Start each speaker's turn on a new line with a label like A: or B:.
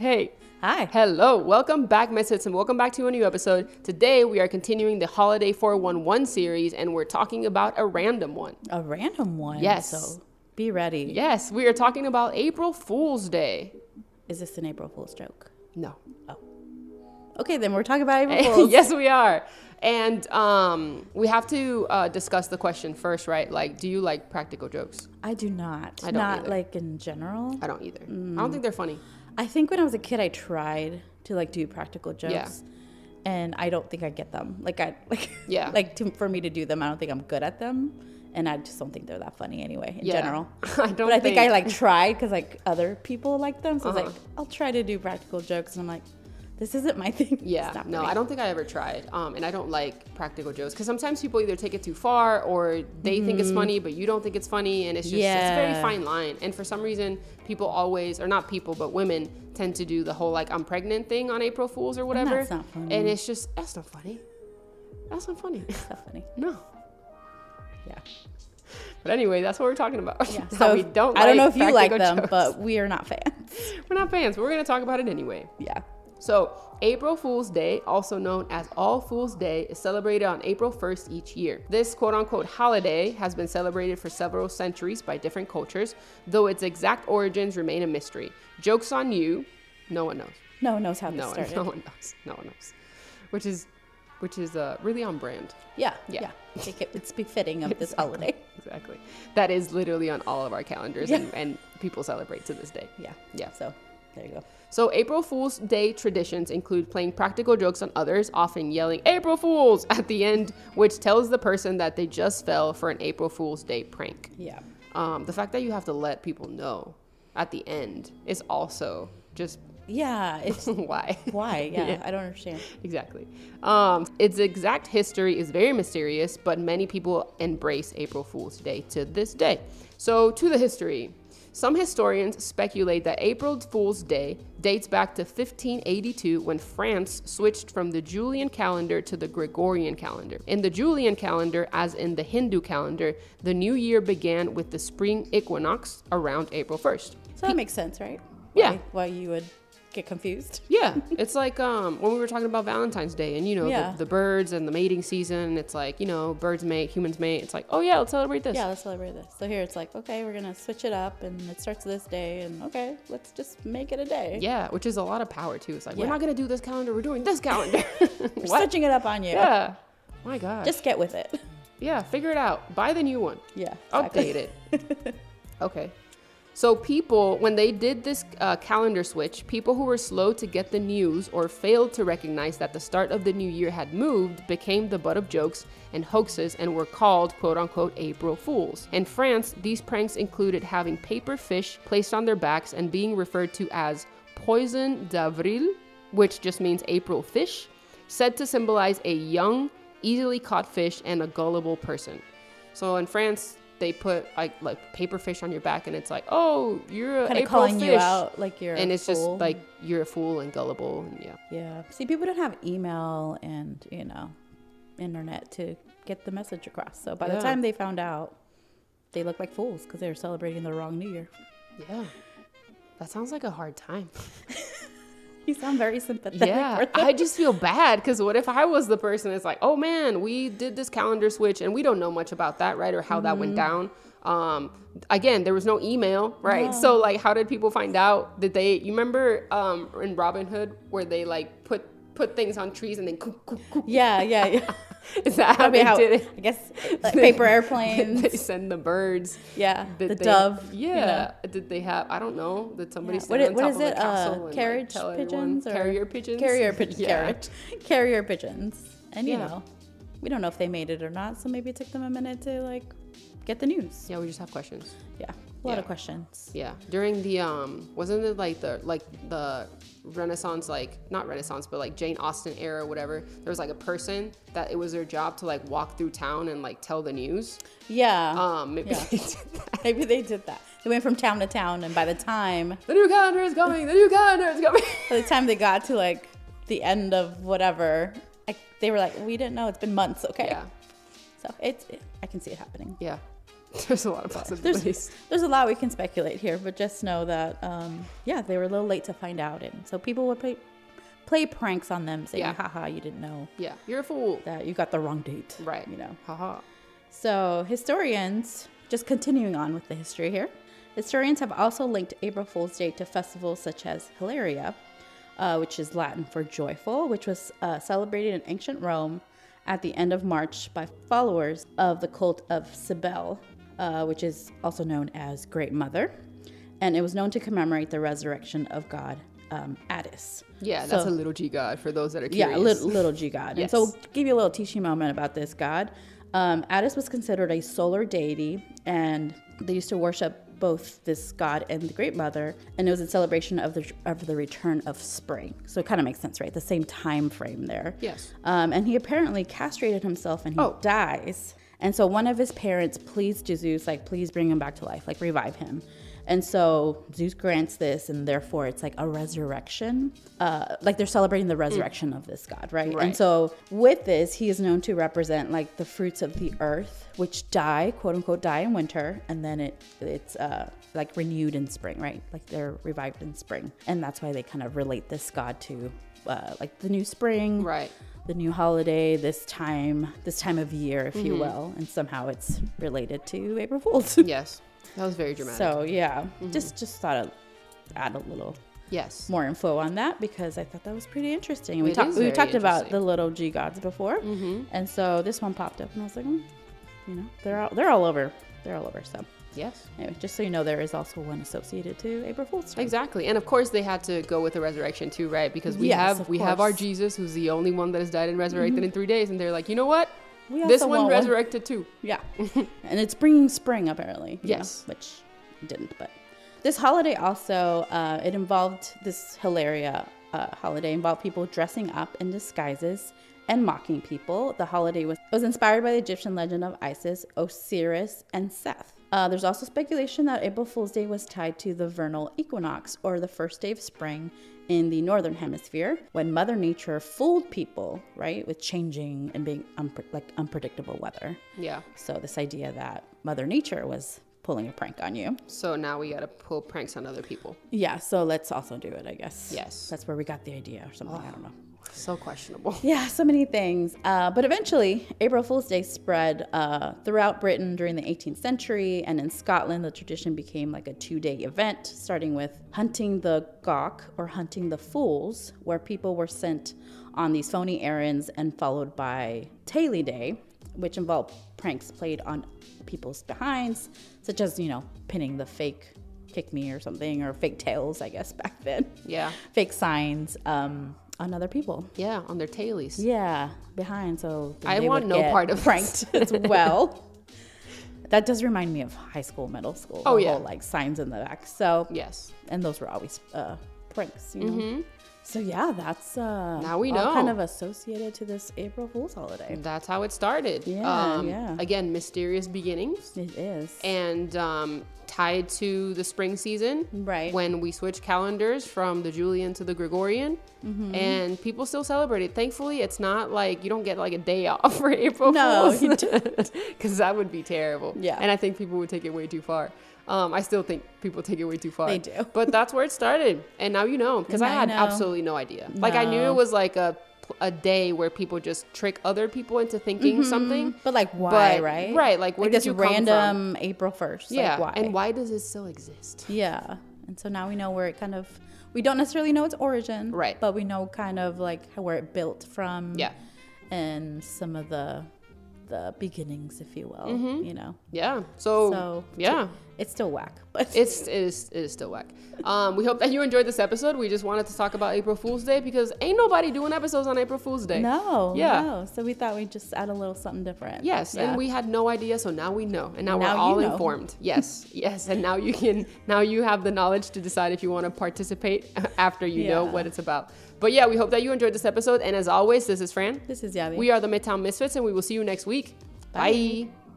A: Hey,
B: Hi.
A: hello, welcome back, Misfits, and welcome back to a new episode. Today, we are continuing the Holiday 411 series, and we're talking about a random one.
B: A random one.
A: Yes.
B: So be ready.
A: Yes, we are talking about April Fool's Day.
B: Is this an April Fool's joke?
A: No.
B: Okay, then we're talking about April Fool's.
A: yes, we are. And um, we have to uh, discuss the question first, right? Like, do you like practical jokes?
B: I do not.
A: don't
B: not
A: either.
B: like in general.
A: I don't either. I
B: Mm.
A: don't think they're funny.
B: I think when I was a kid, I tried to like do practical jokes.
A: Yeah.
B: And I don't think I get them. Like I like
A: Yeah.
B: like to, for me to do them, I don't think I'm good at them, and I just don't think they're that funny anyway in
A: Yeah.
B: general.
A: I don't
B: But I think, I
A: think-
B: like tried because like other people like them, so I
A: Uh-huh.
B: was like, I'll try to do practical jokes, and I'm like, this isn't my thing.
A: Yeah,
B: It's not for
A: no,
B: me.
A: I don't think I ever tried. Um, and I don't like practical jokes because sometimes people either take it too far or they think it's funny, but you don't think it's funny. And it's just, it's a very
B: Mm-hmm. Yeah.
A: fine line. And for some reason, people always, or not people, but women tend to do the whole like, I'm pregnant thing on April Fool's or whatever.
B: that's not funny.
A: And it's just, that's not funny. That's not funny.
B: It's not funny.
A: no.
B: Yeah.
A: But anyway, that's what we're talking about.
B: Yeah.
A: How
B: So
A: we don't
B: I don't know if you like
A: practical
B: them,
A: jokes.
B: but we are not fans.
A: we're not fans, but we're going to talk about it anyway.
B: Yeah.
A: So, April Fool's Day, also known as All Fool's Day, is celebrated on April 1st each year. This quote unquote holiday has been celebrated for several centuries by different cultures, though its exact origins remain a mystery. Joke's on you. No one knows.
B: No one knows how
A: No
B: this
A: one,
B: started.
A: no one knows. No one knows. Which is which is uh, really on brand.
B: Yeah.
A: Yeah.
B: Yeah. I think it- it's befitting of this holiday.
A: Exactly. That is literally on all of our calendars
B: Yeah.
A: and, and people celebrate to this day.
B: Yeah.
A: Yeah.
B: So there you go.
A: So April Fool's Day traditions include playing practical jokes on others, often yelling "April Fools" at the end, which tells the person that they just fell for an April Fool's Day prank.
B: Yeah.
A: Um, the fact that you have to let people know at the end is also just
B: Yeah. It's
A: why.
B: why? Yeah, I don't understand.
A: Exactly. Um, its exact history is very mysterious, but many people embrace April Fool's Day to this day. So, to the history. Some historians speculate that April Fool's Day dates back to 1582 when France switched from the Julian calendar to the Gregorian calendar. In the Julian calendar, as in the Hindu calendar, the new year began with the spring equinox around April 1st.
B: So that makes sense, right?
A: Yeah.
B: Why, why you would get confused?
A: Yeah, it's like um, when we were talking about Valentine's Day and you know
B: Yeah.
A: the, the birds and the mating season. It's like you know birds mate, humans mate. It's like oh yeah, let's celebrate this.
B: Yeah, let's celebrate this. So here it's like, okay, we're gonna switch it up, and it starts this day, and okay, let's just make it a day.
A: Yeah, which is a lot of power too. It's like we're
B: Yeah.
A: not gonna do this calendar. We're doing this calendar.
B: We're
A: What?
B: switching it up on you.
A: yeah. My God.
B: Just get with it.
A: yeah, figure it out. Buy the new one.
B: Yeah.
A: Update it. Okay. So people, when they did this uh, calendar switch, people who were slow to get the news or failed to recognize that the start of the new year had moved became the butt of jokes and hoaxes and were called "quote unquote" April Fools. In France, these pranks included having paper fish placed on their backs and being referred to as poison d'avril, which just means April fish, said to symbolize a young, easily caught fish and a gullible person. So in France, they put like like paper fish on your back, and it's like, oh, you're a
B: Kind of
A: April
B: calling
A: fish,
B: you out like you're. a
A: and it's
B: fool.
A: just like you're a fool and gullible, and yeah,
B: Yeah. See, people don't have email and, you know, internet to get the message across. So by
A: Yeah.
B: the time they found out, they looked like fools because they were celebrating the wrong New Year.
A: yeah. That sounds like a hard time.
B: You sound very sympathetic.
A: Yeah,
B: for them.
A: I just feel bad because what if I was the person that's like, oh man, we did this calendar switch and we don't know much about that, right? Or how that
B: Mm-hmm.
A: went down. Um, again, there was no email, right? So like, how did people find out that they? You remember um, in Robin Hood where they like put put things on trees and then coo, coo, coo,
B: yeah, yeah, yeah.
A: Is that how
B: Probably
A: they
B: how,
A: did it?
B: I guess, like paper
A: they
B: airplanes.
A: send the birds.
B: Yeah.
A: Did
B: the
A: they-
B: dove. you know.
A: Yeah. Did they have? I don't know. Did somebody
B: Yeah.
A: sit
B: What,
A: on
B: i- what
A: top
B: is
A: of a
B: it?
A: castle and,
B: Uh,
A: like,
B: carriage
A: tell everyone-
B: pigeons? Or
A: carrier pigeons.
B: Carrier pigeons.
A: Yeah.
B: Carriage. Carrier pigeons. And, you
A: Yeah.
B: know, we don't know if they made it or not. So maybe it took them a minute to, like, get the news.
A: Yeah, we just have questions.
B: Yeah. A lot
A: Yeah.
B: of questions.
A: Yeah, during the um, wasn't it like the like the Renaissance like not Renaissance but like Jane Austen era or whatever? There was like a person that it was their job to like walk through town and like tell the news.
B: Yeah.
A: Um, maybe
B: Yeah.
A: they did that.
B: Maybe they did that. They went from town to town, and by the time
A: The new calendar is coming. The new calendar is coming.
B: by the time they got to like the end of whatever, I, they were like, "We didn't know. It's been months." Okay,
A: yeah,
B: so it's it, I can see it happening.
A: yeah. There's a lot of possibilities.
B: There's a lot we can speculate here, but just know that, um, yeah, they were a little late to find out, and so people would play play pranks on them, saying,
A: Yeah.
B: "Haha, you didn't know
A: Yeah, you're a fool.
B: that you got the wrong date."
A: Right.
B: You know.
A: Haha.
B: So, historians, just continuing on with the history here, historians have also linked April Fool's Day to festivals such as Hilaria, uh, which is Latin for joyful, which was uh, celebrated in ancient Rome at the end of March by followers of the cult of Cybele, uh, which is also known as Great Mother. And it was known to commemorate the resurrection of God um, Attis.
A: Yeah, that's
B: So-
A: a little G god for those that are
B: yeah,
A: curious.
B: a little, little G god. And so,
A: Yes.
B: we'll give you a little teaching moment about this god. Um, Attis was considered a solar deity, and they used to worship both this god and the Great Mother. And it was a celebration of the of the return of spring. So it kind of makes sense, right? The same time frame there.
A: Yes.
B: Um, and he apparently castrated himself, and he
A: Oh.
B: dies. And so one of his parents pleads to Zeus, like, please bring him back to life, like revive him. And so Zeus grants this, and therefore it's like a resurrection. Uh, like they're celebrating the resurrection of this god, right? And
A: Mm. Right.
B: so with this, he is known to represent like the fruits of the earth, which die, quote unquote, die in winter, and then it it's uh, like renewed in spring, right? Like they're revived in spring, and that's why they kind of relate this god to uh, like the new spring,
A: Right.
B: the new holiday this time this time of year if
A: Mm-hmm.
B: you will and somehow it's related to april fools
A: Yes, that was very dramatic. Mm-hmm.
B: so yeah just just thought i'd add a little
A: yes.
B: more info on that because i thought that was pretty interesting we
A: It
B: talked
A: is
B: we
A: very
B: talked about the
A: interesting. Mm-hmm.
B: little g gods before and so this one popped up and i was like mm, you know they're all they're all over they're all over so
A: Yes.
B: anyway just so you know there is also one associated to april fools Day.
A: Exactly. And of course they had to go with the resurrection too, right? Because we
B: Yes,
A: have
B: of
A: we have our
B: course. Mm-hmm.
A: Jesus who's the only one that has died and resurrected in 3 days and they're like, "You know what?
B: We
A: This
B: also
A: one
B: want one.
A: resurrected too."
B: Yeah. and it's bringing spring, apparently. you know,
A: Yes.
B: which it didn't, but. This holiday also, uh, it involved, this Hilaria uh, holiday involved people dressing up in disguises and mocking people. The holiday was, was inspired by the Egyptian legend of Isis, Osiris, and Seth. Uh, there's also speculation that April Fool's Day was tied to the vernal equinox, or the first day of spring in the northern hemisphere, when Mother Nature fooled people, right, with changing and being unpre- like unpredictable weather.
A: Yeah.
B: So this idea that Mother Nature was pulling a prank on you.
A: So now we got to pull pranks on other people.
B: Yeah, so let's also do it, I guess.
A: Yes.
B: That's where we got the idea or something. I don't know.
A: So questionable.
B: Yeah, so many things. Uh, but eventually, April Fool's Day spread uh, throughout Britain during the 18th century. And in Scotland, the tradition became like a two day event, starting with hunting the gawk or hunting the fools, where people were sent on these phony errands and followed by Taily Day, which involved pranks played on people's behinds, such as, you know, pinning the fake kick me or something, or fake tails, I guess, back then,
A: Yeah.
B: fake signs um, on other people.
A: Yeah, on their tailies.
B: Yeah, behind. So then
A: I
B: they
A: want
B: would
A: no
B: get
A: part of
B: pranked as well. That does remind me of high school, middle school.
A: Oh,
B: the
A: yeah.
B: whole, like signs in the back. So
A: Yes.
B: and those were always uh, pranks, you know. So yeah, that's uh,
A: Mm-hmm. Now we
B: all
A: know.
B: kind of associated to this April Fool's holiday.
A: That's how it started. Um,
B: Yeah, yeah.
A: Again, mysterious beginnings
B: It is.
A: and um, tied to the spring season.
B: Right.
A: When we switched calendars from the Julian to the Gregorian.
B: Mm-hmm.
A: And people still celebrate it. Thankfully, it's not like you don't get like a day off for April
B: No,
A: Fools.
B: you
A: Because that would be terrible.
B: Yeah.
A: And I think people would take it way too far. Um, I still think people take it way too far.
B: They do.
A: But that's where it started. And now you know. Because I
B: Now you
A: had
B: know.
A: absolutely no idea. Like I knew
B: No.
A: it was like a a day where people just trick other people into thinking
B: Mm-hmm.
A: something.
B: but like why,
A: But-
B: right?
A: right, like, where did
B: this
A: you come from?
B: random April first.
A: Yeah.
B: Like, why?
A: And why does it still exist?
B: Yeah. And so now we know where it kind of we don't necessarily know its origin.
A: Right.
B: But we know kind of like where it built from.
A: Yeah.
B: And some of the the beginnings, if you will.
A: Mm-hmm.
B: You know.
A: Yeah. So,
B: So
A: yeah.
B: It's still whack. But
A: It's it is it is still whack. Um, we hope that you enjoyed this episode. We just wanted to talk about April Fool's Day because ain't nobody doing episodes on April Fool's Day.
B: no.
A: Yeah.
B: No. So we thought we'd just add a little something different.
A: Yes,
B: Yeah.
A: and we had no idea, so now we know, and now,
B: Now
A: we're
B: you
A: all
B: know.
A: informed. Yes, yes, and now you can now you have the knowledge to decide if you want to participate after you know
B: Yeah.
A: what it's about. But yeah, we hope that you enjoyed this episode, and as always, this is Fran.
B: This is Yavi.
A: We are the Midtown Misfits, and we will see you next week.
B: Bye.
A: Bye.